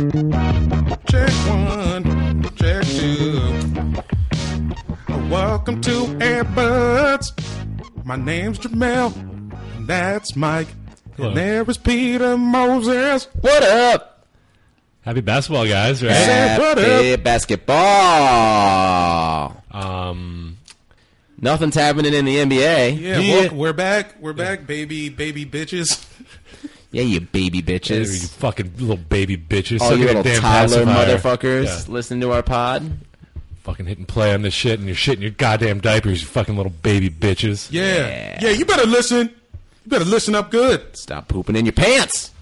Check one, check two. Welcome to Airbuds. My name's Jamel, and that's Mike. And there is Peter Moses. What up? Happy basketball, guys! Right? Say what Happy basketball. Um, Nothing's happening in the NBA. Yeah, Welcome, we're back. We're back, baby, baby bitches. Yeah, you baby you bitches. fucking little baby bitches! All Suck Oh, you at little that damn toddler pacifier. motherfuckers Yeah. listen to our pod. Fucking hitting play on this shit, and you're shitting your goddamn diapers, you fucking little baby bitches. Yeah. yeah, You better listen. You better listen up good Stop pooping in your pants.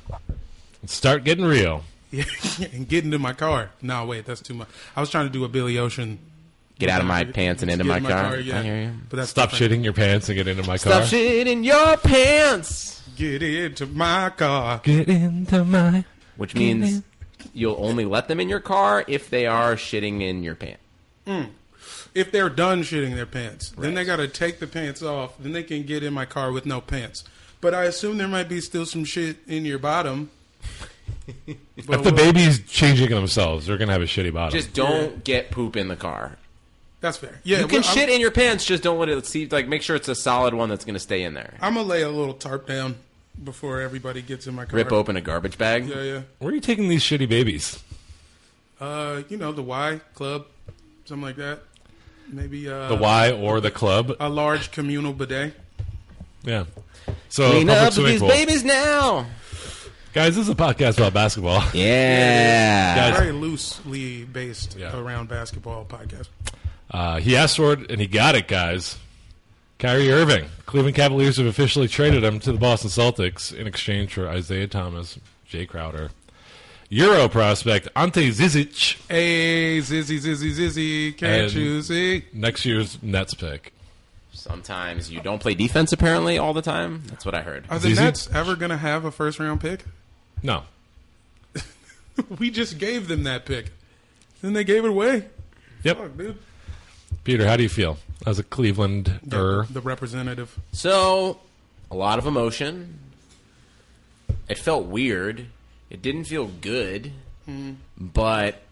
Start getting real. and get into my car. No, wait, that's too much. I was trying to do a Billy Ocean. Get out of my pants and into Get my in car. I hear you. But that's Stop different. shitting your pants and get into my Stop car. shit in your pants. Get into my car. Get into my. Which means you'll only let them in your car if they are shitting in your pants. If they're done shitting their pants, then they Right. got to take the pants off. Then they can get in my car with no pants. But I assume there might be still some shit in your bottom. But If the we'll- baby's changing themselves, they're gonna have a shitty bottom. Just don't get poop in the car. that's fair. Yeah, You can well, I'm- shit in your pants, just don't let it see. Like, make sure it's a solid one that's going to stay in there. I'm gonna lay a little tarp down before everybody gets in my car. Rip open a garbage bag. Yeah, yeah. Where are you taking these shitty babies? Uh, you know the Y Club, something like that. Maybe uh, The Y or the club? a large communal bidet. Yeah. So Clean public up swimming these pool. babies now. guys. This is a podcast about basketball. Yeah. Guys, Very loosely based Yeah. around basketball podcast. Uh, he asked for it, and he got it, guys. Kyrie Irving. Cleveland Cavaliers have officially traded him to the Boston Celtics in exchange for Isaiah Thomas, Jay Crowder, Euro prospect Ante Zizic, Hey, zizzy, zizzy, zizzy, can't And- you see? next year's Nets pick. Sometimes you don't play defense, apparently, all the time. That's what I heard. Are the Zizzy? Nets ever going to have a first round pick? No. We just gave them that pick. Then they gave it away. Yep. Fuck, dude. Peter, how do you feel as a Clevelander? The representative. So, a lot of emotion. It felt weird. It didn't feel good. But,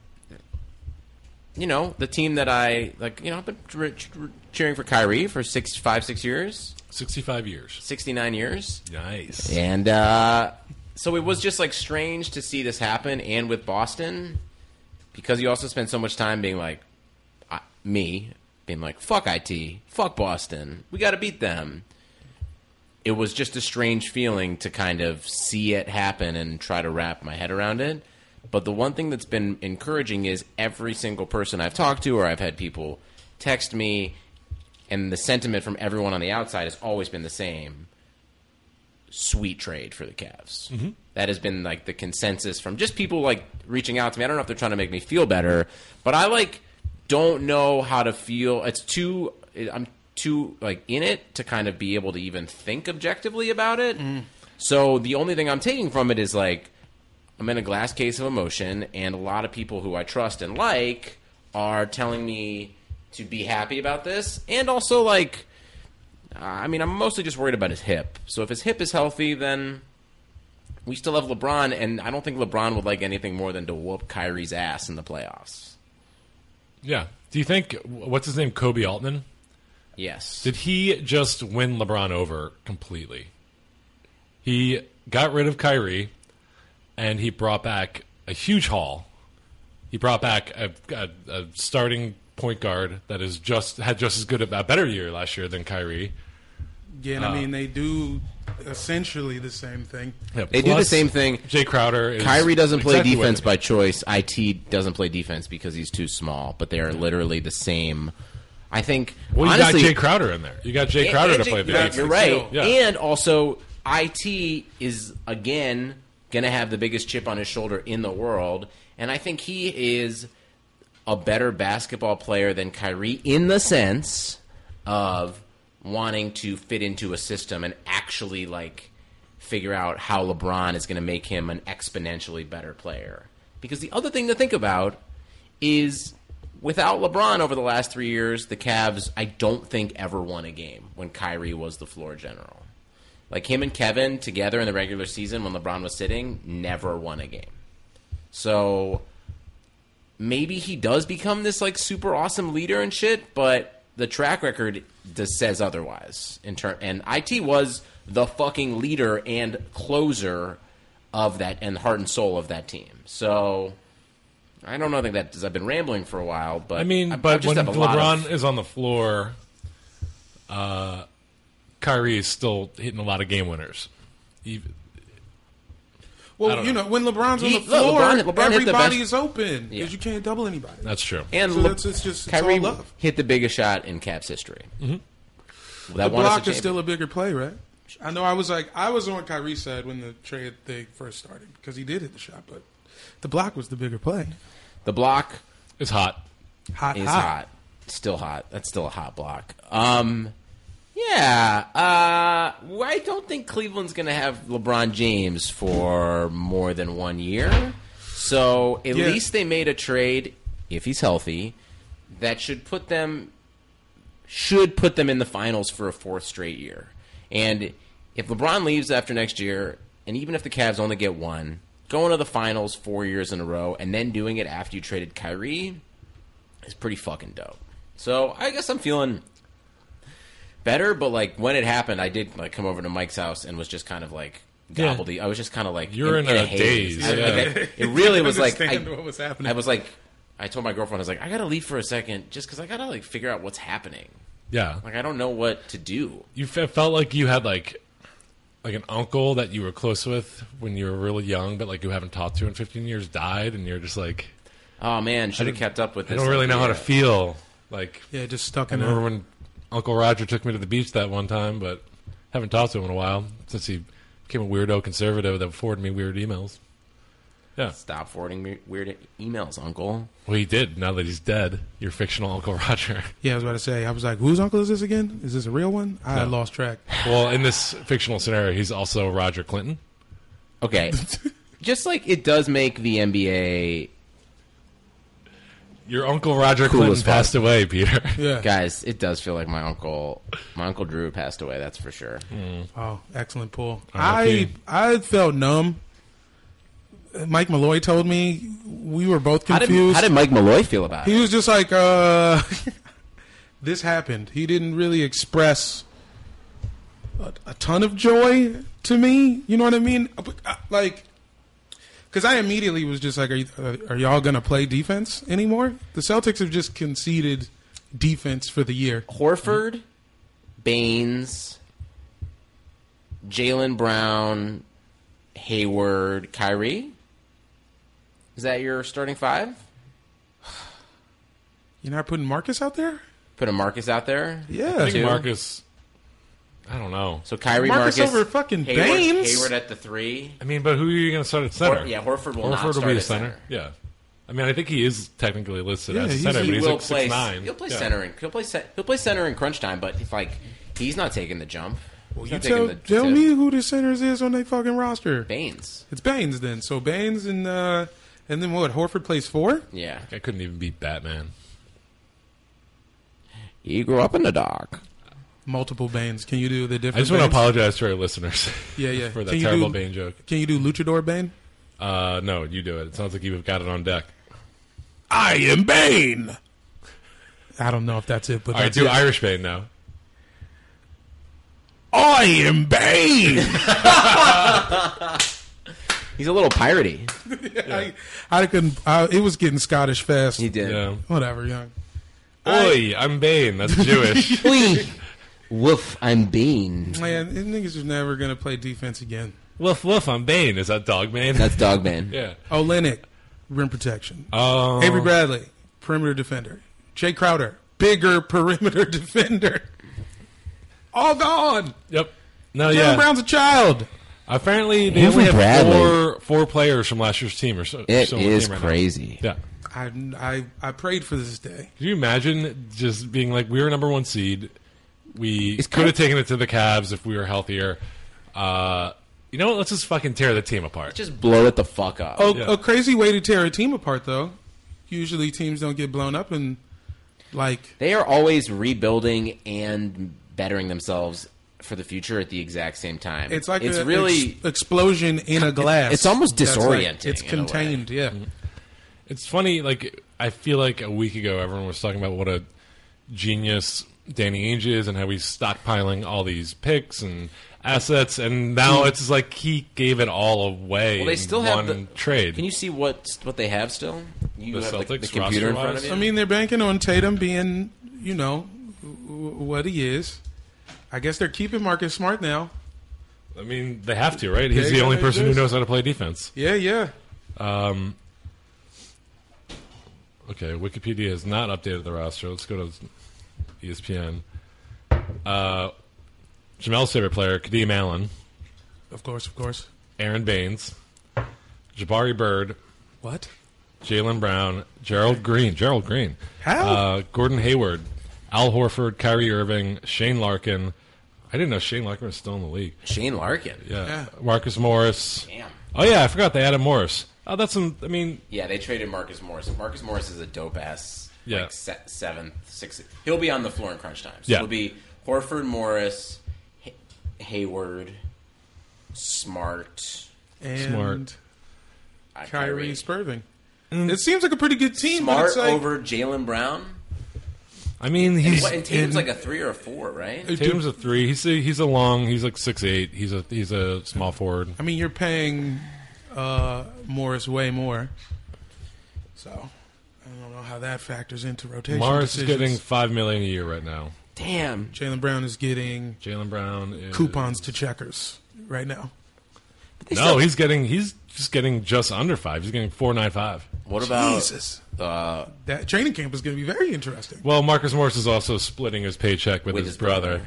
you know, the team that I, like, you know, I've been re- re- cheering for Kyrie for six, five, six years, 65 years. 69 years. Nice. And uh, so it was just like strange to see this happen, and with Boston, because you also spent so much time being like, I, me, being like, fuck IT, fuck Boston, we got to beat them. It was just a strange feeling to kind of see it happen and try to wrap my head around it. But the one thing that's been encouraging is every single person I've talked to, or I've had people text me, and the sentiment from everyone on the outside has always been the same sweet trade for the Cavs. That has been like the consensus from just people like reaching out to me. I don't know if they're trying to make me feel better, but I like don't know how to feel. It's too I'm too like in it to kind of be able to even think objectively about it. So the only thing I'm taking from it is like I'm in a glass case of emotion, and a lot of people who I trust and like are telling me to be happy about this, and also like, uh, I mean, I'm mostly just worried about his hip. So if his hip is healthy, then we still have LeBron, and I don't think LeBron would like anything more than to whoop Kyrie's ass in the playoffs. Yeah. Do you think, what's his name, Kobe Altman? Yes, Did he just win LeBron over completely? He got rid of Kyrie, and he brought back a huge haul. He brought back a, a, a starting point guard that is just had just as good a better year last year than Kyrie. Yeah, and I mean, they do essentially the same thing. Yeah, They do the plus, same thing. Jay Crowder. Is Kyrie doesn't play exactly what defense they- by choice. IT doesn't play defense because he's too small. But they are literally the same. I think. Well, you honestly, got Jay Crowder in there. You got Jay and- Crowder and to Jay- play the you're, defense. you're right. Yeah. And also, IT is again going to have the biggest chip on his shoulder in the world, and I think he is a better basketball player than Kyrie in the sense of wanting to fit into a system and actually like figure out how LeBron is going to make him an exponentially better player. Because the other thing to think about is without LeBron over the last 3 years, the Cavs I don't think ever won a game when Kyrie was the floor general. Like him and Kevin together in the regular season when LeBron was sitting never won a game. So maybe he does become this like super awesome leader and shit, but the track record just says otherwise. In turn, and it was the fucking leader and closer of that and heart and soul of that team. So I don't know. I think that I've been rambling for a while, but I mean, I, but just when have a lot LeBron of- is on the floor, uh, Kyrie is still hitting a lot of game winners. He- Well, you know, when LeBron's on the He- look, floor, LeBron- LeBron hit the everybody best- is open because Yeah. you can't double anybody. that's true. and so Le- that's- it's just- it's Kyrie all love. hit the biggest shot in Caps history. Mm-hmm. That the won block us a is champion. still a bigger play, right? I know. I was like, I was on Kyrie's side when the trade thing first started because he did hit the shot, but the block was the bigger play. the block it's hot. Hot, is hot. hot. Still hot. That's still a hot block. Um, yeah. Uh, well, I don't think Cleveland's going to have LeBron James for more than one year. So at Yeah. least they made a trade, if he's healthy, that should put them should put them in the finals for a fourth straight year. And if LeBron leaves after next year, and even if the Cavs only get one, going to the finals four years in a row and then doing it after you traded Kyrie is pretty fucking dope. So I guess I'm feeling better, but like when it happened, I did like come over to Mike's house and was just kind of like gobbled. I was just kind of like You're in a haze. daze, I- yeah. like, I- it really was like I, Understand what was happening. I was like, I told my girlfriend, I was like, I gotta leave for a second, just because I gotta like figure out what's happening. Yeah, Like I don't know what to do. you fe- felt like you had like like an uncle that you were close with when you were really young, but like you haven't talked to in 15 years, died, and you're just like, Oh man, should have kept up with I this. don't really know how to Yeah. feel. Like, Yeah, just stuck I in remember there. when Uncle Roger took me to the beach that one time, but haven't talked to him in a while since he became a weirdo conservative that forwarded me weird emails. Stop forwarding me weird e- emails, Uncle. Well, he did. Now that he's dead, your fictional Uncle Roger. Yeah, I was about to say. I was like, whose uncle is this again? Is this a real one? I No. lost track. well, in this fictional scenario, he's also Roger Clinton. Okay, just like it does make the NBA Your uncle Roger Cool Clinton as fuck. passed away, Peter. Yeah. guys. It does feel like my uncle, my uncle Drew passed away. That's for sure. Oh, excellent pull. I R.I.P. I felt numb. Mike Malloy told me we were both How confused. did, how did Mike Malloy feel about it? he was just like, uh, this happened. He didn't really express a, a ton of joy to me. You know what I mean? Uh, but, uh, Like, because I immediately was just like, are, you, uh, are y'all going to play defense anymore? The Celtics have just conceded defense for the year. Horford, Baines, Jalen Brown, Hayward, Kyrie. Is that your starting five? You're not putting Marcus out there? Put a Marcus out there. I Yeah. think Marcus. I don't know. So Kyrie Marcus Marcus, over fucking Hayward, Baines? Hayward at the three. I mean, but who are you going to start at center? Hor- yeah, Horford will not Horford start will be at a center. center. Yeah, I mean, I think he is technically listed Yeah, as a he's- center, he but he's will like play. six nine. He'll play center in. He'll play. ce- He'll play center in crunch time. But if like he's not taking the jump, well, You tell, tell me who the centers is on their fucking roster. Baines. It's Baines then. So Baines and uh, and then what? Horford plays four. Yeah, I couldn't even beat Batman. he grew up in the dark. Multiple Baines. Can you do the different? I just want to Baines? apologize to our listeners. Yeah, yeah. for that Can you terrible do- Bane joke. Can you do Luchador Bane? Uh, no, you do it. It sounds like you've got it on deck. I am Bane. I don't know if that's it, but All right, that's do it. Irish Bane now. I am Bane. He's a little piratey. I, I couldn't. I, it was getting Scottish fast. He did. Yeah. Whatever, young. Oi, I'm Bane. That's Jewish. Oi, Woof, I'm Bean. Man, these niggas is never gonna play defense again. Woof woof, I'm Bane. Is that dog Bane? That's Dogman. yeah. Olenek, rim protection. Um, Oh. Avery Bradley, perimeter defender. Jay Crowder, bigger perimeter defender. All gone. Yep. No, Jalen yeah. Brown's a child. Apparently, they only Avery have Bradley. four four players from last year's team or so. It so on the is team right now. crazy. Yeah. I, I I prayed for this day. Could you imagine just being like, we were number one seed. We It's could kind have taken it to the Cavs if we were healthier. Uh, you know what? Let's just fucking tear the team apart. Just blow it the fuck up. Oh, Yeah. A crazy way to tear a team apart, though. Usually teams don't get blown up and like They are always rebuilding and bettering themselves for the future at the exact same time. it's like it's a really ex- explosion in a glass. it's almost That's like- disorienting it's in a way. Mm-hmm. contained. Yeah. It's funny. Like I feel like a week ago, everyone was talking about what a genius Danny Ainge is and how he's stockpiling all these picks and assets. And now Hmm. it's just like he gave it all away. well, they in still one have the trade. Can you see what what they have still? The You have the, the Celtics computer in front roster-wise? of you. I mean, they're banking on Tatum being, you know, w- w- what he is. I guess they're keeping Marcus Smart now. I mean, they have to, right? He's Yeah, the yeah, only they person who do. knows how to play defense. Yeah, yeah. Okay, Wikipedia has not updated the roster. Let's go to E ESPN. Uh, Jamel's favorite player, Kadeem Allen, Of course, of course. Aaron Baines, Jabari Bird, What? Jalen Brown, Gerald Green, Gerald Green, How? Uh, Gordon Hayward, Al Horford, Kyrie Irving, Shane Larkin. I didn't know Shane Larkin was still in the league. Shane Larkin. Yeah, Yeah. Marcus Morris. Damn. Oh yeah, I forgot they added Morris. Oh, that's some. I mean, Yeah, they traded Marcus Morris. Marcus Morris is a dope ass. Yeah. Like se- seventh, sixth. He'll be on the floor in crunch time. So Yeah. He'll be Horford, Morris, Hay- Hayward, Smart, and Smart. Mm. uh, Kyrie Spurving. It seems like a pretty good team. but Smart it's like, over Jalen Brown. I mean, he's What, and Tatum's like a three or a four, right? Tatum's a three. He's a, he's a long. He's like six eight. He's a he's a small forward. I mean, you're paying uh, Morris way more. So I don't know how that factors into rotation. Morris is decisions. getting five million a year right now. Damn. Jalen Brown is getting Jalen Brown is, coupons to checkers right now. No, he's getting he's just getting just under five. He's getting four nine five. What about Jesus, uh, that training camp is going to be very interesting. Well, Marcus Morris is also splitting his paycheck with, With his, his brother.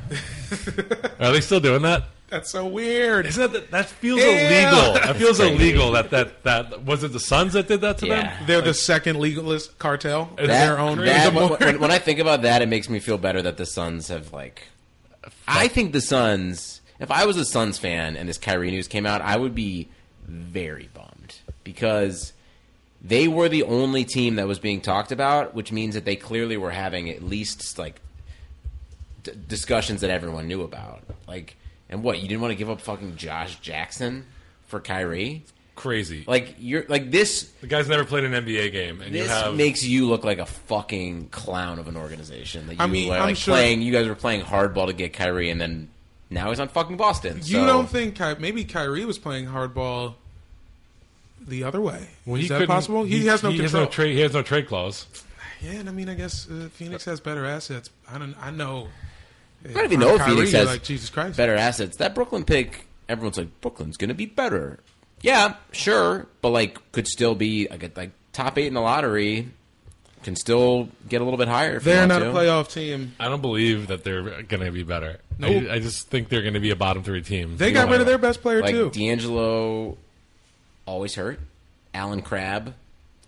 Are they still doing that? That's so weird. Isn't that that feels Ew. illegal? That feels crazy. illegal. That that that was it. The Suns that did that to Yeah. them. They're the second legalist cartel. in That- their own. That- More- when, when I think about that, it makes me feel better that the Suns have like. I think the Suns. If I was a Suns fan and this Kyrie news came out, I would be very bummed because they were the only team that was being talked about, which means that they clearly were having at least like d- discussions that everyone knew about. Like, and what you didn't want to give up fucking Josh Jackson for Kyrie? Crazy. Like you're like this. the guy's never played an NBA game, and you This have makes you look like a fucking clown of an organization. That you I mean, were I'm like sure- playing. You guys were playing hardball to get Kyrie, and then now he's on fucking Boston. You so- don't think Ky- maybe Kyrie was playing hardball the other way? Well, he Is that couldn't- possible? He, has no he control. Has no trade, he has no trade clause. yeah, and I mean, I guess uh, Phoenix has better assets. I don't. I know. I don't even know if Phoenix has like Jesus Christ. better assets. That Brooklyn pick, everyone's like Brooklyn's gonna be better. Yeah, sure, but like could still be like a- like top eight in the lottery. Can still get a little bit higher. If you They're want not to. a playoff team. I don't believe that they're going to be better. Nope. I, I just think they're going to be a bottom three team. They got rid of their best player Like too. D'Angelo, always hurt. Alan Crabb,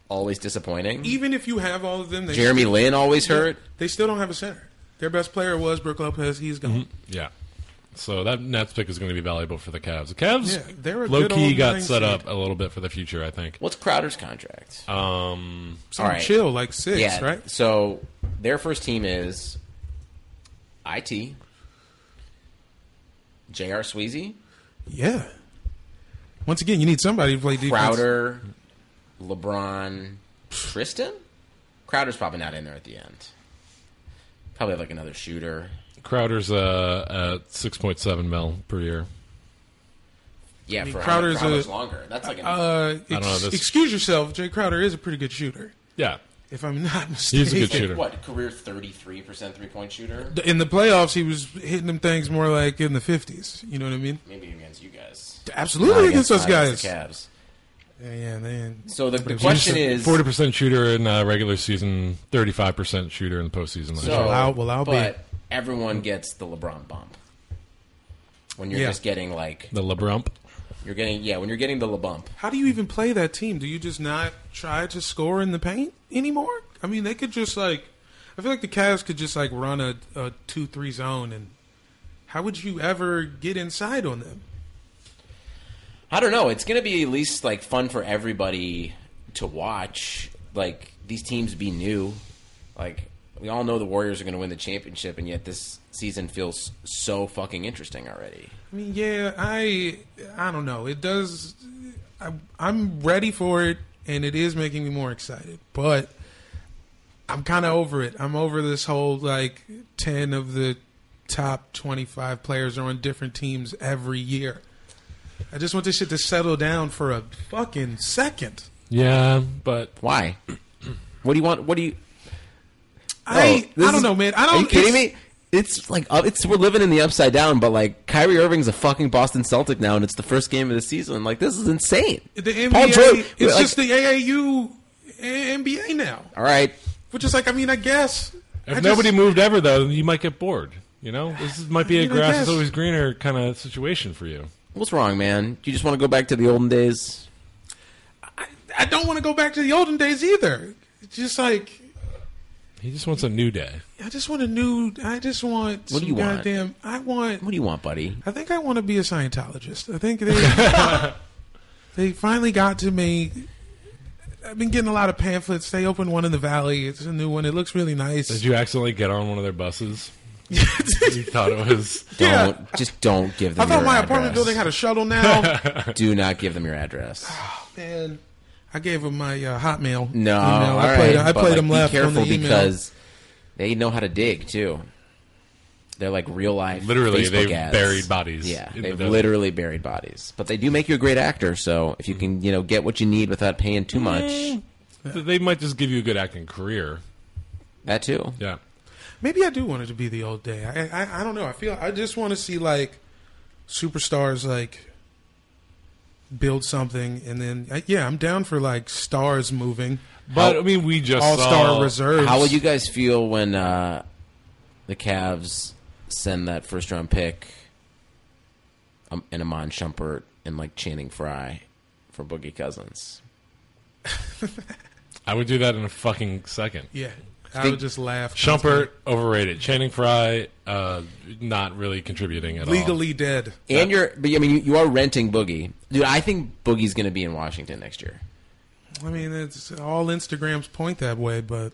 always disappointing. even if you have all of them, they Jeremy Lin always still, hurt. They still don't have a center. Their best player was Brooke Lopez. He's gone. Mm-hmm. Yeah. So that Nets pick is going to be valuable for the Cavs. The Cavs, Yeah, they're a low good key, old got nine set seed. up a little bit for the future. I think. What's Crowder's contract? Um, Some All right. chill, like six, yeah. right? So their first team is IT, J.R. Sweezy, Yeah. Once again, you need somebody to play defense. Crowder, LeBron, Tristan. Crowder's probably not in there at the end. Probably have like another shooter. Crowder's uh, at six point seven mil per year. Yeah, mean, for Crowder's Crowder's, a- longer. That's like an, Uh, know, ex- this- excuse yourself. Jay Crowder is a pretty good shooter. Yeah, if I'm not mistaken. He's a good shooter. What career thirty three percent three point shooter? In the playoffs, he was hitting them things more like in the 50s. You know what I mean? Maybe against you guys. Absolutely against, those guys. against the Yeah, yeah, man. Cavs. So the, the question is forty percent shooter in uh, regular season, thirty five percent shooter in postseason. last So, year. Well, I'll- well, I'll be- but everyone gets the LeBron bump when you're Yeah. just getting like the LeBrump. you're getting yeah when you're getting the LeBump. How do you even play that team? Do you just not try to score in the paint anymore? I mean, they could just like. I feel like the Cavs could just like run a, a two-three zone, and how would you ever get inside on them? I don't know. It's gonna be at least like fun for everybody to watch. Like these teams be new. Like we all know the Warriors are gonna win the championship, and yet this season feels so fucking interesting already. I mean, yeah, I I don't know. It does. I, I'm ready for it, and it is making me more excited. But I'm kind of over it. I'm over this whole like ten of the top 25 players are on different teams every year. I just want this shit to settle down for a fucking second. Yeah, but Why? what do you want? What do you? I Oh, this I don't is- know, man. I don't. Are you kidding it's- me? It's like uh, it's we're living in the upside down, but like Kyrie Irving's a fucking Boston Celtic now, and it's the first game of the season. Like this is insane. The NBA. Paul George- it's like, just the AAU NBA now, all right. which is like I mean, I guess. if I just- nobody moved ever, though, you might get bored. You know, this is, might be a I grass guess. is always greener kind of situation for you. What's wrong, man? You just want to go back to the olden days. I don't want to go back to the olden days either. It's just like He just wants a new day. I just want a new. I just want. What do some you want? goddamn, I want. What do you want, buddy? I think I want to be a Scientologist. I think they they finally got to me. I've been getting a lot of pamphlets. They opened one in the valley. It's a new one. It looks really nice. Did you accidentally get on one of their buses? you thought it was. Yeah. Don't just don't give them. I thought your my address. apartment building had a shuttle now. Do not give them your address. Man, I gave him my uh, Hotmail. No, email. I all played. right, I but, played like, him be left on careful the email. because they know how to dig too. They're like real life. Literally, Facebook they've ads. buried bodies Yeah, in they've the desert. literally buried bodies. But they do make you a great actor. So if you can, you know, get what you need without paying too much, Mm. They might just give you a good acting career. that too. Yeah. Maybe I do want it to be the old day. I I, I don't know. I feel I just want to see like superstars like build something, and then I, yeah, I'm down for like stars moving But I mean, we just all star saw- reserves. How would you guys feel when uh, the Cavs send that first round pick um, and Amon Shumpert and like Channing Frye for Boogie Cousins? I would do that in a fucking second. Yeah, I Think- would just laugh. Shumpert overrated. Channing Frye uh, not really contributing at all. legally dead. And you're, but I mean, you, you are renting Boogie, dude. I think Boogie's going to be in Washington next year. I mean, it's all Instagrams point that way, but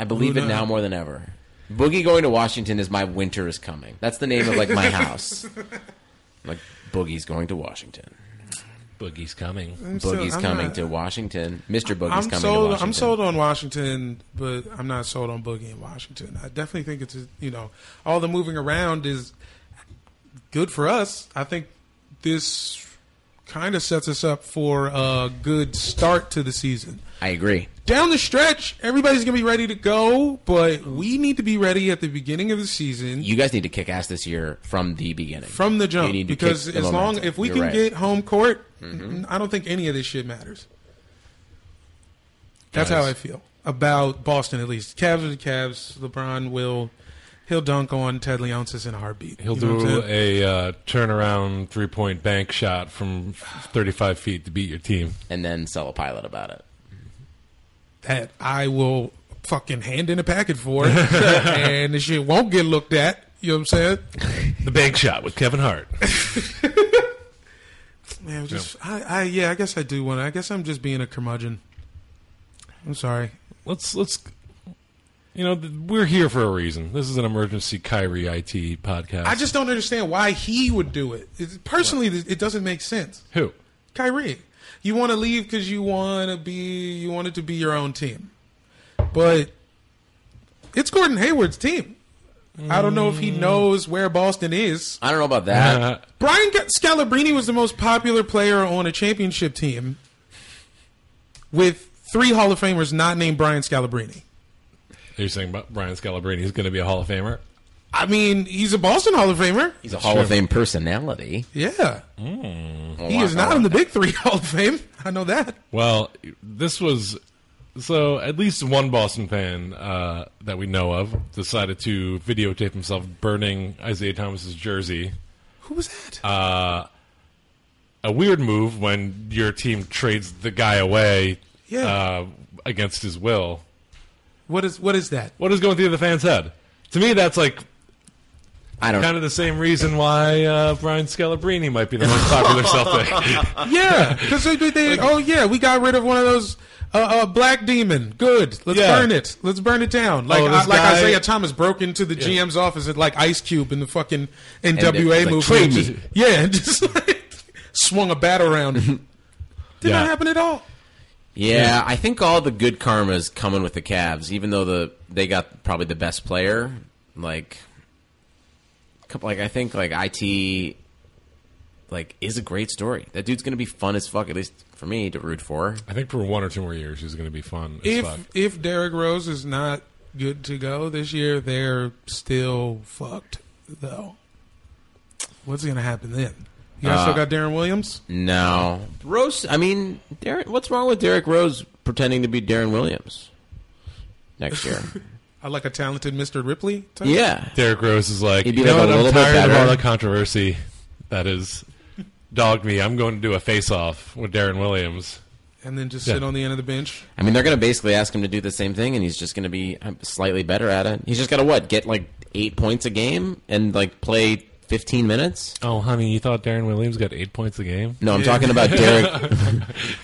I believe it Luna. now more than ever. Boogie going to Washington is my winter is coming. That's the name of like my house. Like Boogie's going to Washington. Boogie's coming. I'm still- Boogie's I'm coming not- to Washington. Mister Boogie's I'm coming to sold. Washington. I'm sold on Washington, but I'm not sold on Boogie in Washington. I definitely think it's a, you know all the moving around is good for us. I think this kind of sets us up for a good start to the season. I agree. Down the stretch, everybody's gonna be ready to go, but we need to be ready at the beginning of the season You guys need to kick ass this year from the beginning. from the You jump need to because kick the as long momentum. if we You're can right. Mm-hmm. get home court, n- I don't think any of this shit matters. That's Guys. how I feel about Boston at least. Cavs are the Cavs. LeBron will he'll dunk on Ted Leonsis in a heartbeat. He'll You know what I'm do saying? a uh, turnaround three point bank shot from 35 feet to beat your team. and then sell a pilot about it. that I will fucking hand in a packet for, and the shit won't get looked at. You know what I'm saying? The bank shot with Kevin Hart. Man, just I, I yeah, I guess I do want. to I guess I'm just being a curmudgeon. I'm sorry. let's let's you know th- we're here for a reason. This is an emergency Kyrie IT podcast. I just don't understand why he would do it. It- personally, th- it doesn't make sense. who Kyrie, you want to leave because you want to be, you want it to be your own team, but it's Gordon Hayward's team. I don't know if he knows where Boston is. I don't know about that. Uh, Brian Ga- Scalabrine was the most popular player on a championship team with three Hall of Famers not named Brian Scalabrine. Are you saying about Brian Scalabrine is going to be a Hall of Famer? I mean, he's a Boston Hall of Famer. He's a Hall of Fame personality. Yeah. He is not in the Big Three Hall of Fame. I know that. Well, this was so at least one Boston fan uh, that we know of decided to videotape himself burning Isaiah Thomas's jersey. Who was that? A weird move when your team trades the guy away Yeah. uh, against his will. what is what is that? What is going through the fan's head? To me, that's like I don't. kind of the same reason why uh, Brian Scalabrine might be the most popular Celtic. Yeah, because they, they- they- oh yeah, we got rid of one of those uh, uh, black demon. Good, let's Yeah. burn it. Let's burn it down. Like Oh, I, this like guy- Isaiah Thomas broke into the GM's office at like Ice Cube in the fucking NWA it was like, movie. "Trade Just- me." Yeah, and just like swung a bat around. Did Yeah. not happen at all. Yeah, I think all the good karma's coming with the Cavs, even though the they got probably the best player. Like, couple- like I think like it like is a great story. That dude's gonna be fun as fuck, at least for me to root for. I think for one or two more years, he's going to be fun as If fuck. if Derrick Rose is not good to go this year, they're still fucked though. What's gonna happen then? You Uh, guys still got Darren Williams? No, Rose. I mean, Darren, what's wrong with Derek Rose pretending to be Darren Williams next year? I like a talented Mr. Ripley. Type? yeah, Derek Rose is like, He'd be you know like a what? I'm little bit tired of all better." the controversy that is dogged me. I'm going to do a face off with Darren Williams. and then just Yeah. sit on the end of the bench. I mean, they're going to basically ask him to do the same thing, and he's just going to be um, slightly better at it. He's just got to what get like eight points a game and like play fifteen minutes. Oh, honey, you thought Darren Williams got eight points a game? No, I'm talking about Derek.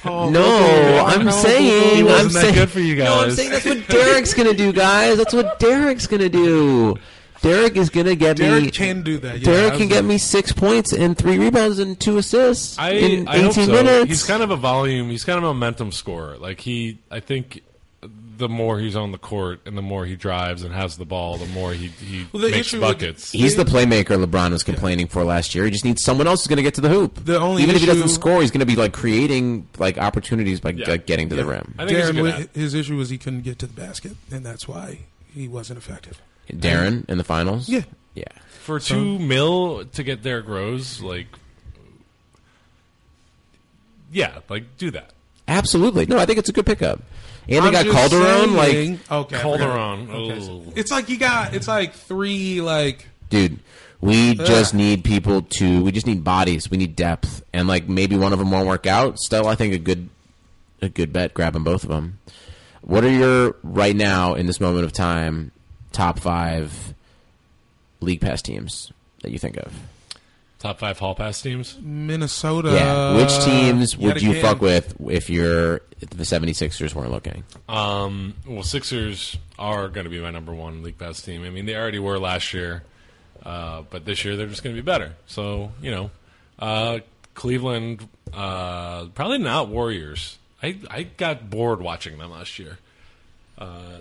Oh, no, I'm saying He I'm wasn't that saying good for you guys. no, I'm saying that's what Derek's going to do, guys. That's what Derek's going to do. Derek is going to get me. Derek can do that. Yeah, Derek I can was- get me six points and three rebounds and two assists I, in 18 I hope so. minutes. He's kind of a volume. He's kind of a momentum scorer. Like he, I think, the more he's on the court and the more he drives and has the ball, the more he he the makes issue with- buckets. He's the playmaker LeBron was complaining for last year. He just needs someone else who's going to get to the hoop. The only even if he doesn't issue- score, he's going to be like creating like opportunities by Yeah. like, getting to the rim. I think he's a Darren, good Wi- athlete. his issue was he couldn't get to the basket, and that's why he wasn't effective. Darren in the finals. Yeah. yeah. for two mil to get Derrick Rose, like, yeah, like do that. Absolutely. No, I think it's a good pickup. And they I'm got just Calderon. Like, saying- okay, I Calderon, forgot. Okay, so- ooh. It's like you got. It's like three. Like dude, we just Ugh. need people to. We just need bodies. We need depth. And like maybe one of them won't work out. Still, I think a good, a good bet grabbing both of them. What are your right now in this moment of time top five league pass teams that you think of? Top five hall pass teams. Minnesota. Yeah, Uh, which teams yet would you again. fuck with if you're if the 76ers weren't looking? Um, well, Sixers are going to be my number one league pass team. I mean, they already were last year, uh, but this year they're just going to be better. So you know, uh, Cleveland uh, probably not Warriors. I I got bored watching them last year. Uh,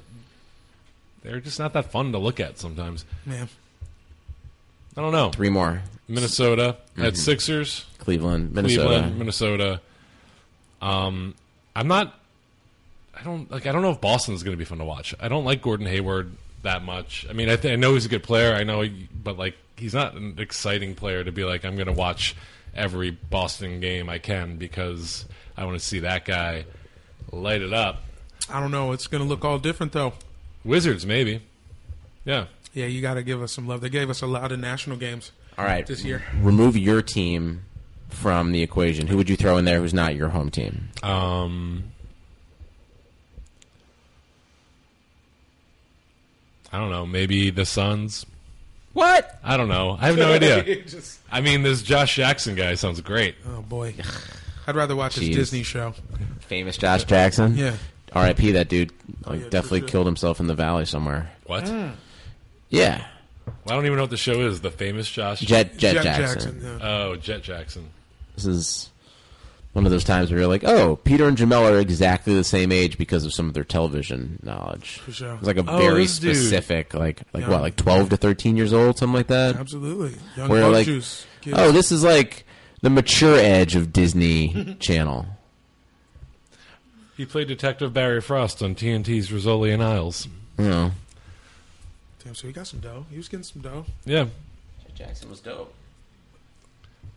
they're just not that fun to look at sometimes. Man, I don't know. Three more: Minnesota at Sixers, Cleveland, Minnesota. Cleveland, Minnesota. Um, I'm not. I don't like. I don't know if Boston's going to be fun to watch. I don't like Gordon Hayward that much. I mean, I, th- I know he's a good player. I know, he, but like, he's not an exciting player to be like. I'm going to watch every Boston game I can because I want to see that guy light it up. I don't know. It's going to look all different though. Wizards, maybe. Yeah. Yeah, you got to give us some love. They gave us a lot of national games All right, this year. remove your team from the equation. Who would you throw in there who's not your home team? Um, I don't know. Maybe the Suns. What? I don't know. I have no idea. Just- I mean, this Josh Jackson guy sounds great. oh boy, I'd rather watch Jeez. this Disney show. Famous Josh Jackson? Yeah. R.I.P. that dude. Like, for definitely sure. killed himself in the valley somewhere. What? Hmm. Yeah. I don't even know what the show is. The famous Josh. Jet, Jet, Jack Jackson. yeah. oh, Jet Jackson. This is one of those times where you're like, oh, Peter and Jamel are exactly the same age because of some of their television knowledge. For sure. It's like a Oh, very this dude. specific, like, like Yeah. what, like 12 to 13 years old, something like that? Absolutely. Young Uh, Where, Buck like, Juice. Kids. Oh, this is like the mature edge of Disney Channel. He played Detective Barry Frost on TNT's Rizzoli and Isles. No. Damn, so he got some dough. He was getting some dough. Yeah. Jackson was dope.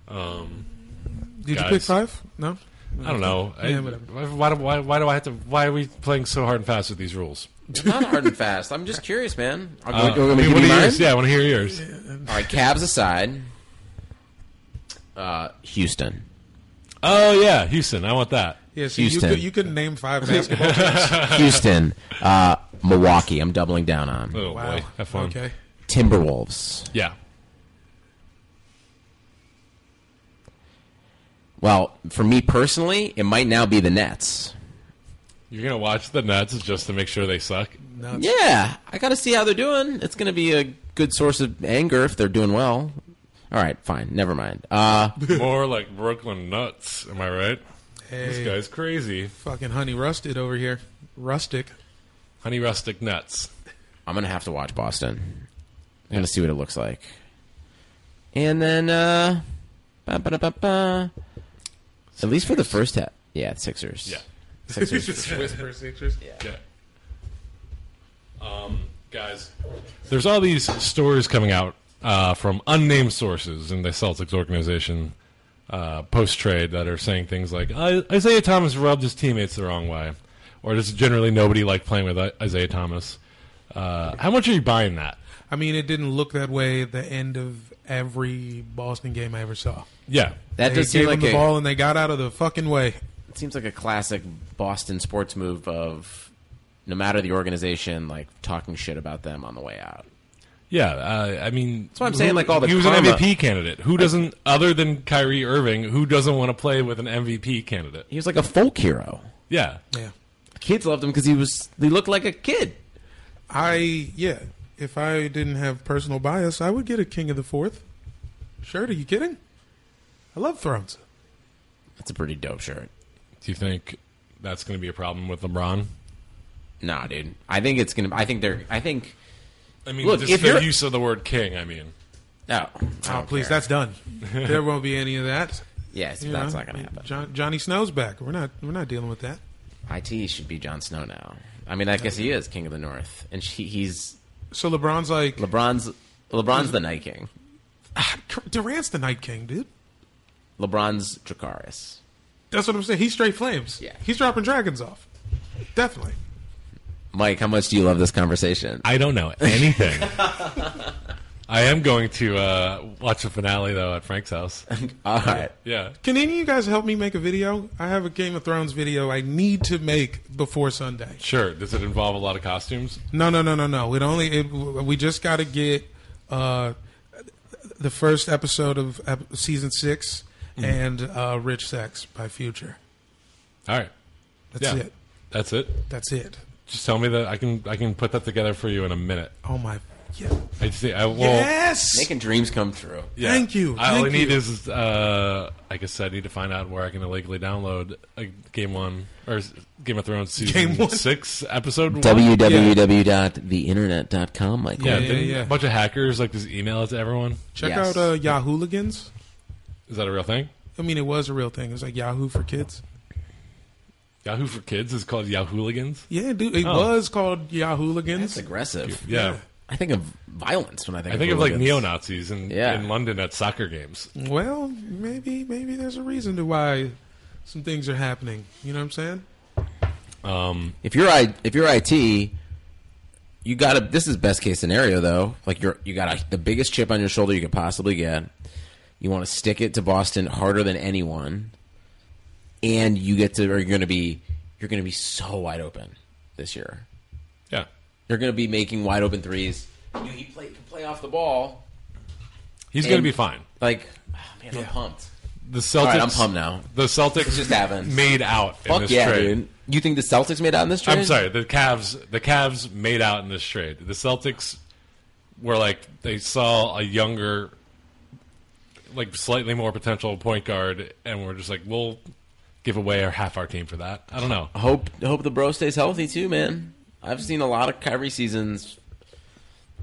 Did Guys. you pick five? No. I don't know. I, Yeah, whatever. why, do- why, why do I have to? Why are we playing so hard and fast with these rules? It's not hard and fast. I'm just curious, man. I'll Uh, I mean, what are yours? Yeah, I want to hear yours. All right, Cavs aside. Uh, Houston. Oh yeah, Houston. I want that. Yeah, so you Houston. could, you could name five basketball. Houston. Uh, Milwaukee. I'm doubling down on. Oh wow. boy, have fun. Okay. Timberwolves. Yeah. Well, for me personally, it might now be the Nets. You're gonna watch the Nets just to make sure they suck. Nuts. Yeah, I got to see how they're doing. It's going to be a good source of anger if they're doing well. All right, fine. Never mind. Uh, More like Brooklyn nuts. Am I right? This Hey, guy's crazy. fucking honey rusted over here. Rustic. Honey rustic nuts. I'm going to have to watch Boston. I'm going to see what it looks like. And then, uh, ba, ba, da, ba, ba. at least for the first half. Yeah, Sixers. Yeah. Sixers. Whisper Sixers. Yeah. Um, guys, there's all these stories coming out uh, from unnamed sources in the Celtics organization uh, post trade that are saying things like "I- Isaiah Thomas rubbed his teammates the wrong way, or just generally nobody liked playing with I- Isaiah Thomas. Uh, how much are you buying that? I mean, it didn't look that way at the end of every Boston game I ever saw. Yeah. that They does seem gave like them the a ball and they got out of the fucking way. it seems like a classic Boston sports move of no matter the organization, like talking shit about them on the way out. Yeah, uh, I mean, that's what I'm saying, like, all the he was karma- an MVP candidate. Who doesn't, other than Kyrie Irving, who doesn't want to play with an MVP candidate? He was like a folk hero. Yeah, Yeah. Kids loved him because he was he looked like a kid. I yeah. If I didn't have personal bias, I would get a King of the Fourth shirt. Are you kidding? I love Thrones. That's a pretty dope shirt. Do you think that's going to be a problem with LeBron? Nah, dude. I think it's gonna. I think they're. I think. I mean, Look, just if the you're- use of the word king. I mean, No. Oh, please, that's done. there won't be any of that. yes. You that's know, not gonna happen. John, Johnny Snow's back. We're not. We're not dealing with that. It should be Jon Snow now. I mean, I guess he is king of the north, and she, he's So LeBron's like LeBron's. LeBron's the Night King. Durant's the Night King, dude. LeBron's Dracarys. That's what I'm saying. He's straight flames. Yeah. He's dropping dragons off. Definitely. Mike, how much do you love this conversation? I don't know anything. I am going to uh, watch the finale though at Frank's house. All right. Yeah, Can any of you guys help me make a video? I have a Game of Thrones video I need to make before Sunday. sure. Does it involve a lot of costumes? No, no, no, no, no. It only it, we just got to get uh, the first episode of ep- season six Mm-hmm. and uh, Rich Sex by Future. All right, That's yeah, it. that's it. That's it. Just tell me that I can I can put that together for you in a minute. Oh my! Yeah. I see. I will. yes. Making dreams come true. Yeah. Thank you, I, all thank I need you. is, uh, I guess I need to find out where I can illegally download a Game One or s- Game of Thrones season Game One. six episode one. www.theinternet.com, Michael. Yeah, Yeah, didn't yeah. a bunch of hackers like just email it to everyone. Check Yes. out uh, Yahooligans. Is that a real thing? I mean, it was a real thing. It was like Yahoo for kids. Yahoo for Kids is called Yahooligans. Yeah, dude. It Oh. was called Yahooligans. That's aggressive. Yeah. I think of violence when I think I of think of like hooligans. neo Nazis in, Yeah. in London at soccer games. Well, maybe maybe there's a reason to why some things are happening. You know what I'm saying? If you're I, if you're IT, you got to. This is best case scenario though. Like you're you got a, the biggest chip on your shoulder you could possibly get. You want to stick it to Boston harder than anyone, and you get to. Or you're going to be you're going to be so wide open this year. Yeah. You're going to be making wide open threes. You know, he play can play off the ball. He's going to And- be fine. Like oh, man, I'm pumped. The Celtics. right, I'm pumped now. The Celtics This just happened. made out in Fuck this yeah, trade. dude! You think the Celtics made out in this trade? I'm sorry. The Cavs. The Cavs made out in this trade. The Celtics were like they saw a younger, like slightly more potential point guard, and were just like, we'll give away our half our team for that. I don't know. Hope hope the bro stays healthy too, man. I've seen a lot of Kyrie seasons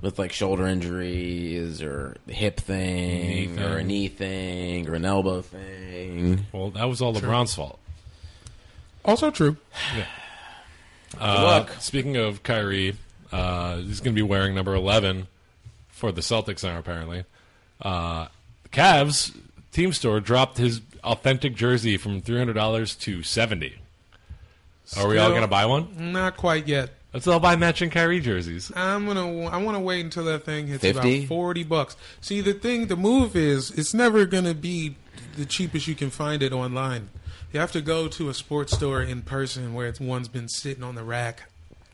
with like shoulder injuries or hip thing, Knee or a thing. knee thing or an elbow thing. Well, that was all LeBron's fault. Also true. Uh, Look, Speaking of Kyrie, uh, he's going to be wearing number 11 for the Celtics now, apparently. Uh, the Cavs team store dropped his authentic jersey from $300 to 70 Are we all Still- going to buy one? Not quite yet. Let's all buy matching Kyrie jerseys. I'm gonna. I want to wait until that thing hits 50? about forty bucks. See, the thing, the move is, it's never gonna be the cheapest you can find it online. You have to go to a sports store in person where it's one's been sitting on the rack.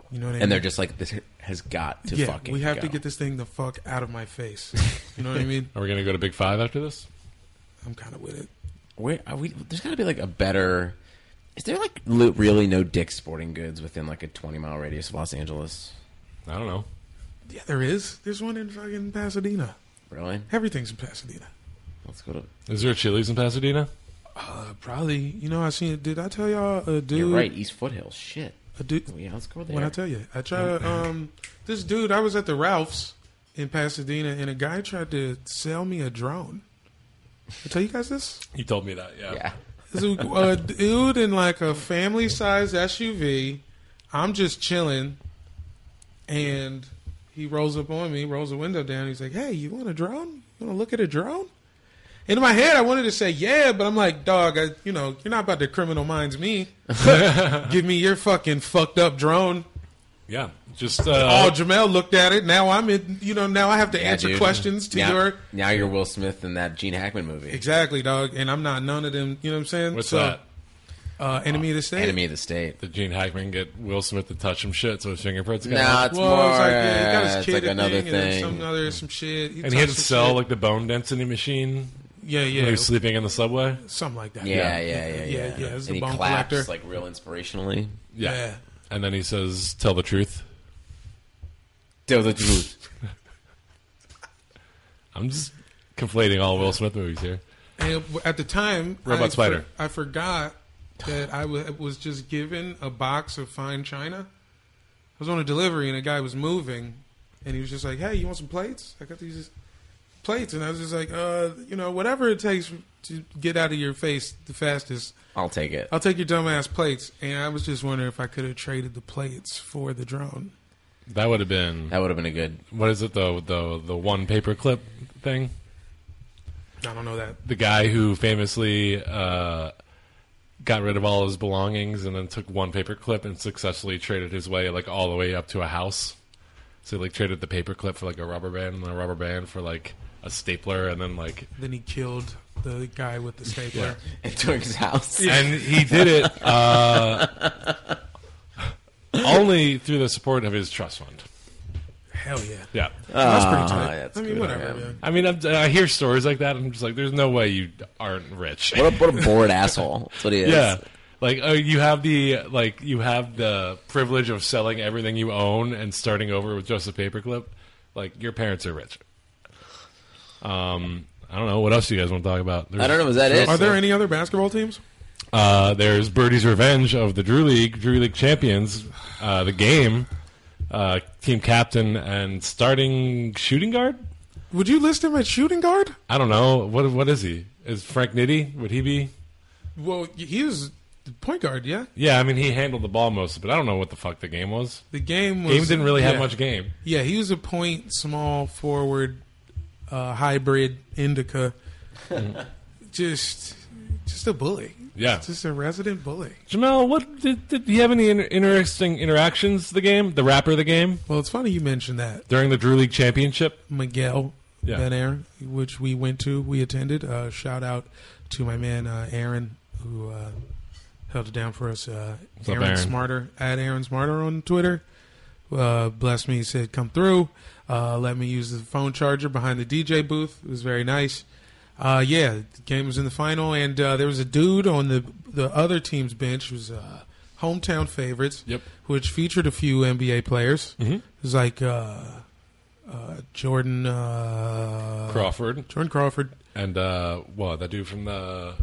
You know what I mean? and they're just like, this has got to yeah. fucking. we have to go. get this thing the fuck out of my face. You know what I mean? Are we going to go to Big Five after this? I'm kind of with it. Where are we? There's got to be like a better. Is there like li- really no Dick's Sporting Goods within like a 20 mile radius of Los Angeles? I don't know. Yeah, there is. There's one in fucking Pasadena. Really? Everything's in Pasadena. Let's go to. Is there a Chili's in Pasadena? Uh, probably. You know, I seen. Did I tell y'all a dude? You're right, East Foothills. Shit. A dude. Oh, yeah, let's go there. When I tell you, I tried to, um this dude. I was at the Ralphs in Pasadena, and a guy tried to sell me a drone. I tell you guys this. He told me that, yeah. yeah. This is a, a dude in like a family sized SUV. I'm just chilling, and he rolls up on me, rolls the window down. He's like, "Hey, you want a drone? You want to look at a drone?" In my head, I wanted to say yeah, but I'm like, "Dog, I, you know, you're not about to criminal minds me. Give me your fucking fucked up drone." Yeah. Just uh, Oh, Jamel looked at it. Now I'm in. You know, now I have to Yeah, answer dude. questions to now, your Now you're Will Smith in that Gene Hackman movie. exactly, dog. And I'm not none of them. You know what I'm saying? what's So, that? Uh, enemy of the state. Enemy of the State. Did Gene Hackman get Will Smith to touch him shit so his fingerprints got No, out? it's Well, more. it's like, yeah, he got his it's kid like a another thing, and then thing. some other some shit. And he had to touched some sell shit. like the bone density machine yeah, when he yeah, was sleeping in the subway. something like that. yeah, yeah, yeah, yeah. yeah, yeah. It was and the he bone claps collector. like real inspirationally. yeah. And then he says, "Tell the truth." Tell the truth. I'm just conflating all Will Smith movies here. And at the time, Robot I spider. I forgot that I wa- was just given a box of fine china. I was on a delivery and a guy was moving, and he was just like, "Hey, you want some plates? I got these plates." And I was just like, "Uh, you know, whatever it takes to get out of your face the fastest, I'll take it. I'll take your dumbass plates." And I was just wondering if I could have traded the plates for the drone. That would have been That would have been a good. what is it the the the one paperclip thing? I don't know that. The guy who famously uh, got rid of all his belongings and then took one paperclip and successfully traded his way like all the way up to a house. So he like traded the paperclip for like a rubber band and a rubber band for like a stapler and then like Then he killed the guy with the stapler. Into his house. and he did it uh, only through the support of his trust fund. Hell yeah, Yeah, that's pretty tight. Ah, that's I mean, good, whatever. man. man. I mean, I'm, I hear stories like that. And I'm just like, there's no way you aren't rich. What a, what a bored asshole. That's what he is. yeah, like oh, you have the like you have the privilege of selling everything you own and starting over with just a paperclip. Like your parents are rich. Um, I don't know what else do you guys want to talk about. There's, I don't know. Is that it? Are there any other basketball teams? Uh, there's Birdie's Revenge of the Drew League, Drew League champions, uh, the game, uh, team captain and starting shooting guard. Would you list him at shooting guard? I don't know what what is he? Is Frank Nitti? Would he be? Well, he was the point guard. Yeah, Yeah, I mean he handled the ball most, but I don't know what the fuck the game was. the game was, Game didn't really have yeah. much game. Yeah, he was a point small forward, uh, hybrid indica. just, just a bully. Mm-hmm. Yeah, Just a resident bully. Jamel, what did, did he have any inter- interesting interactions? The game, the rapper, the game Well, it's funny you mentioned that during the Drew League championship. Miguel Yeah. Ben Air, which we went to, we attended. Uh, shout out to my man uh, Aaron who uh, held it down for us. Uh, up, Aaron, Aaron? Smarter at Aaron Smarter on Twitter. Uh, blessed me, said come through. Uh, let me use the phone charger behind the DJ booth. It was very nice. Uh, yeah, the game was in the final, and uh, there was a dude on the the other team's bench who's uh, hometown favorites. Yep. Which featured a few NBA players. Mm-hmm. It was like uh, uh, Jordan uh, Crawford Jordan Crawford. and uh, well, that dude from the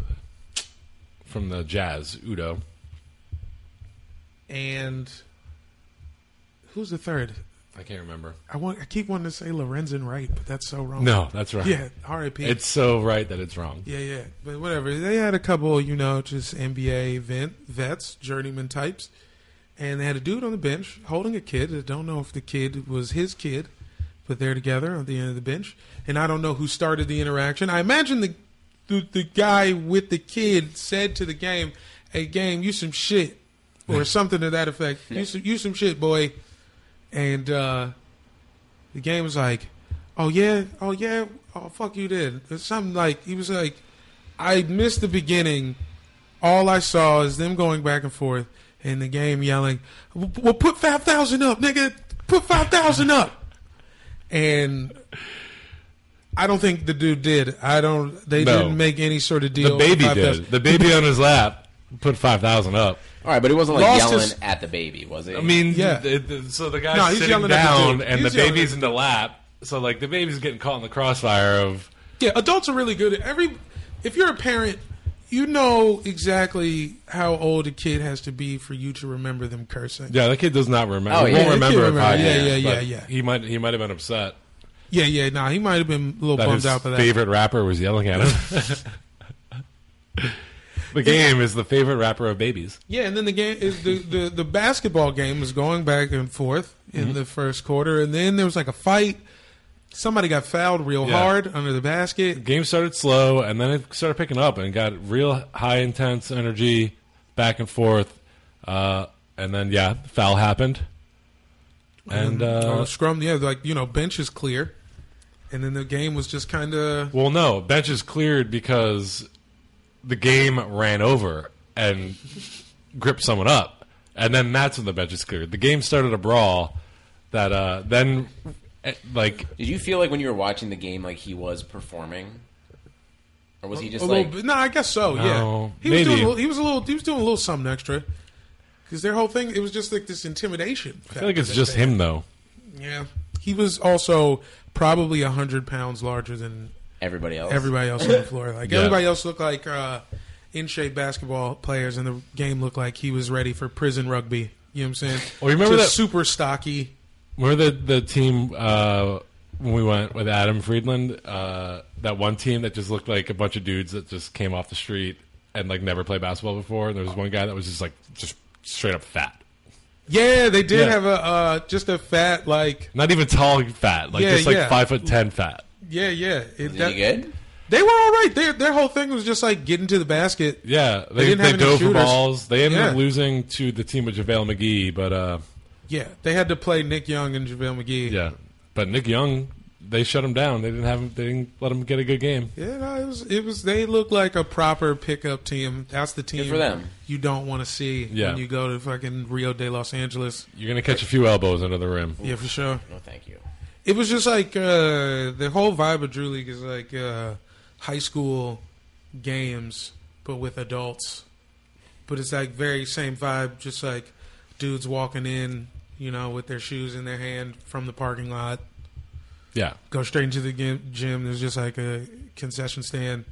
from the Jazz, Udo. and who's the third? I can't remember. I want. I keep wanting to say Lorenzen Wright, but that's so wrong. No, that's right. Yeah, R.I.P. It's so right that it's wrong. yeah, yeah. But whatever. They had a couple, you know, just NBA vet, vets, journeyman types, and they had a dude on the bench holding a kid. I don't know if the kid was his kid, but they're together at the end of the bench, and I don't know who started the interaction. I imagine the the, the guy with the kid said to the game, "Hey, game, you some shit," or something to that effect. You some you some shit, boy, and. uh the game was like, oh yeah, oh yeah, oh fuck you did. It's something like he was like, I missed the beginning. All I saw is them going back and forth, and the game yelling, "Well, well, put five thousand up, nigga. Put five thousand up." And I don't think the dude did. I don't. They No. didn't make any sort of deal. The baby with did. 5,000. The baby on his lap put five thousand up. All right, but he wasn't like Lost yelling his- at the baby, was he? I mean, Yeah. th- th- so the guy's No, he's sitting yelling at the down dude. and He's the yelling baby's at- in the lap. So like the baby's getting caught in the crossfire of Yeah, adults are really good at every. If you're a parent, you know exactly how old a kid has to be for you to remember them cursing. yeah, that kid does not remember. Oh, he yeah. won't Yeah, that kid remember if I remember. Yeah, did, yeah, but yeah, yeah. He might he might have been upset Yeah, yeah, nah, he might have been a little that bummed his out by that. favorite rapper was yelling at him. the game is the favorite rapper of babies. Yeah, and then the game is the, the, the basketball game was going back and forth Mm-hmm. in the first quarter, and then there was like a fight. Somebody got fouled real Yeah. Uh, hard under the basket. game started slow and then it started picking up and got real high intense energy back and forth uh, and then yeah foul happened and Uh, uh, scrum, yeah, like you know, bench is clear, and then the game was just kind of well no benches cleared because the game ran over and gripped someone up and then that's when the benches cleared the game started a brawl that uh, then eh, like Did you feel like when you were watching the game, like he was performing, or was he just a like? little bit. No, I guess so. yeah, No, he maybe. was doing. A little, he was a little. He was doing a little something extra because their whole thing. It was just like this intimidation. I feel like it's just him though Yeah, he was also probably a hundred pounds larger than Everybody else. everybody else on the floor. Like Yeah. everybody else looked like uh, in shape basketball players, and the game looked like he was ready for prison rugby. You know what I'm saying? Oh, you remember Just that- super stocky? Remember the the team uh, when we went with Adam Friedland? Uh, that one team that just looked like a bunch of dudes that just came off the street and like never played basketball before. And there was one guy that was just like just straight up fat, Yeah, they did Yeah. have a uh, just a fat like not even tall fat, like Yeah, just like yeah. five foot ten fat. yeah yeah. It, Is that- he good? They were all right. Their their whole thing was just like getting to the basket. Yeah, They they didn't they, have any dove for shooters. balls. They ended Yeah. up losing to the team with JaVale McGee, but uh, Yeah, they had to play Nick Young and JaVale McGee. yeah, but Nick Young. They shut him down. They didn't have. Him, they didn't let him get a good game. Yeah, no, it was. It was. They looked like a proper pickup team. That's the team for them. you don't want to see Yeah. when you go to fucking Rio de Los Angeles. You're gonna catch a few elbows under the rim. Yeah, for sure. No, thank you. It was just like uh, the whole vibe of Drew League is like uh, high school games, but with adults. But it's like very same vibe, just like dudes walking in, you know, with their shoes in their hand from the parking lot, Yeah. go straight into the gym. gym. There's just like a concession stand.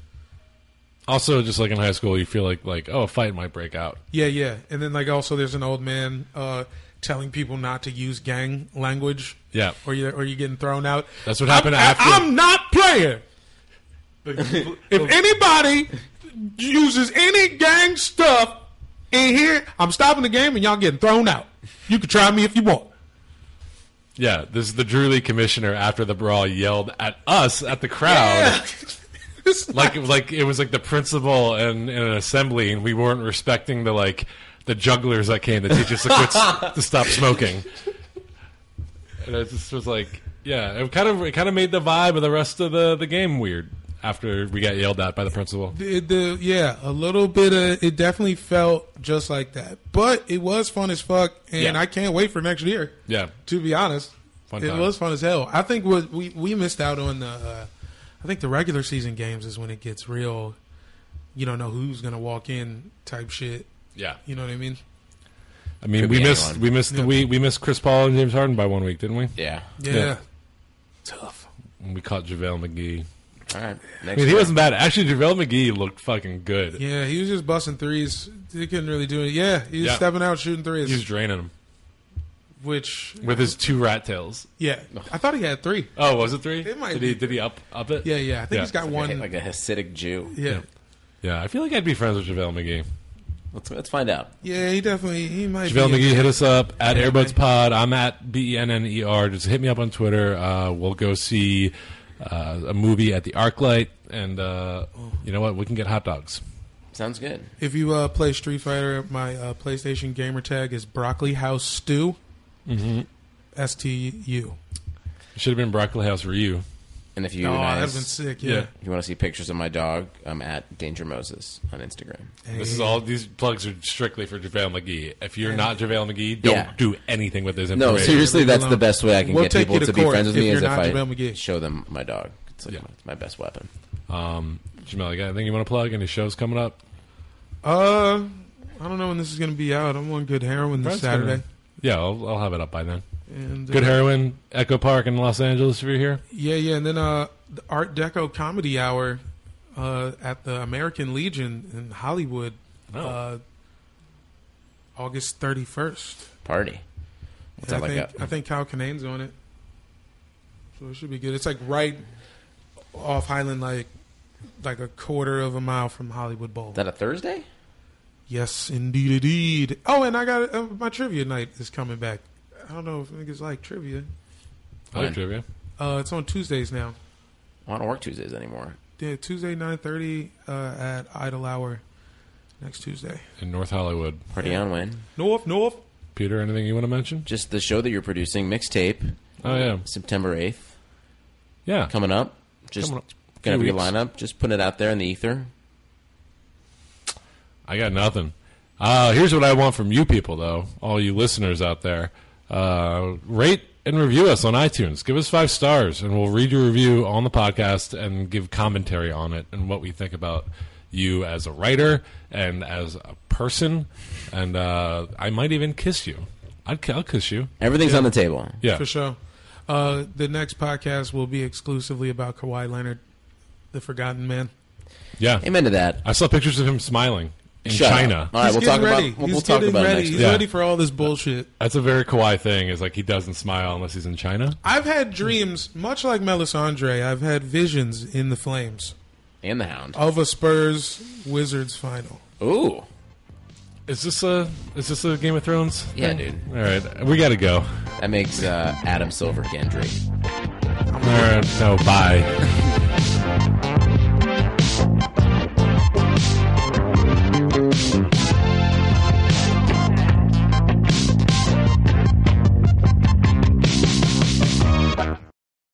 Also, just like in high school, you feel like like oh, a fight might break out. Yeah, yeah. And then like also there's an old man uh, telling people not to use gang language. Yeah. Or you or you getting thrown out. That's what happened I'm, after- I'm not playing. if anybody uses any gang stuff in here, I'm stopping the game and y'all getting thrown out. You can try me if you want. Yeah, this is the Drew Lee commissioner after the brawl yelled at us at the crowd Yeah. It's Oh, like like it was like the principal and, and an assembly, and we weren't respecting the like the jugglers that came to teach us to quit s- to stop smoking. And it just was like, yeah, it kind of it kind of made the vibe of the rest of the the game weird after we got yelled at by the principal. The, the yeah, a little bit of it definitely felt just like that, but it was fun as fuck, and Yeah. I can't wait for next year. Yeah. to be honest, Fun it time. was fun as hell. I think what we we missed out on the, uh, I think the regular season games is when it gets real. You don't know who's gonna walk in type shit. Yeah, You know what I mean? I mean, Could we be missed anyone. we missed the week we missed Chris Paul and James Harden by one week, didn't we? Yeah. Yeah, Yeah. tough. And we caught Javale McGee. All right. I Next. mean, he one. wasn't bad. Actually, JaVale McGee looked fucking good. Yeah, he was just busting threes. He couldn't really do it. Yeah, he was Yeah. stepping out shooting threes. He was draining him. which with his two rat tails. yeah, I thought he had three. Oh, was it three? It might did he be. did he up up it? Yeah, yeah. I think he's got Like a, one. like a Hasidic Jew. yeah. Yeah, I feel like I'd be friends with JaVale McGee. Let's, let's find out. yeah, he definitely he might. JaVale be McGee, hit us up at Airbuds Pod. I'm at B E N N E R. Just hit me up on Twitter. Uh, we'll go see uh, a movie at the ArcLight, and uh, you know what? We can get hot dogs. Sounds good. If you uh, play Street Fighter, my uh, PlayStation gamer tag is Broccoli House Stew. Mm-hmm. S T U. It should have been Broccoli House Ryu. And if you Oh, guys, that's been sick. Yeah. if you want to see pictures of my dog, I'm at Danger Moses on Instagram. This is all. These plugs are strictly for JaVale McGee. If you're not JaVale McGee, don't Yeah. do anything with this information. No, seriously, that's alone. the best way I can We'll get take people you to to, be court friends with if me you're is if not I Jamel McGee. show them my dog. It's like my, it's my best weapon. Um, Jamel, you got anything you want to plug? Any shows coming up? Uh, I don't know when this is going to be out. I'm on Good Heroin this Brent's gonna- Saturday. Yeah, I'll, I'll have it up by then. And, uh, Good heroin, Echo Park in Los Angeles. If you're here, Yeah, yeah. And then uh, the Art Deco Comedy Hour uh, at the American Legion in Hollywood. Oh. Uh, August 31st. Party. What's And that I, like? think, I think Kyle Kinane's on it. So it should be good. It's like right off Highland, like like a quarter of a mile from Hollywood Bowl. Is that a Thursday? yes, indeed, indeed. Oh, and I got uh, my trivia night is coming back. I don't know if niggas like trivia. I like Fine. trivia. Uh, it's on Tuesdays now. I don't work Tuesdays anymore. Yeah, Tuesday nine thirty uh, at Idle Hour next Tuesday. in North Hollywood. Party on when? North, North. Peter, anything you want to mention? Just the show that you're producing, mixtape, Oh yeah, September 8th. yeah. Coming up. Just Coming up. gonna Few be a weeks. lineup. Just putting it out there in the ether. I got nothing. Uh, here's what I want from you people, though, all you listeners out there. Uh, rate and review us on iTunes. Give us five stars, and we'll read your review on the podcast and give commentary on it and what we think about you as a writer and as a person. And uh, I might even kiss you. I'd, I'll kiss you. Everything's on the table. Yeah. for sure. Uh, the next podcast will be exclusively about Kawhi Leonard, the Forgotten Man. Yeah. Amen to that. I saw pictures of him smiling in Shut up. China. All right, He's we'll talk getting ready. about we'll, He's we'll talk getting about ready. it next He's Yeah. ready for all this bullshit. That's a very Kawhi thing. Is like he doesn't smile unless he's in China. I've had dreams, much like Melisandre. I've had visions in the flames And the hound. of a Spurs Wizards final. Ooh. Is this a is this a Game of Thrones? Yeah, thing? All dude. right, we gotta go. That makes uh, Adam Silver Kendrick. All right, so bye.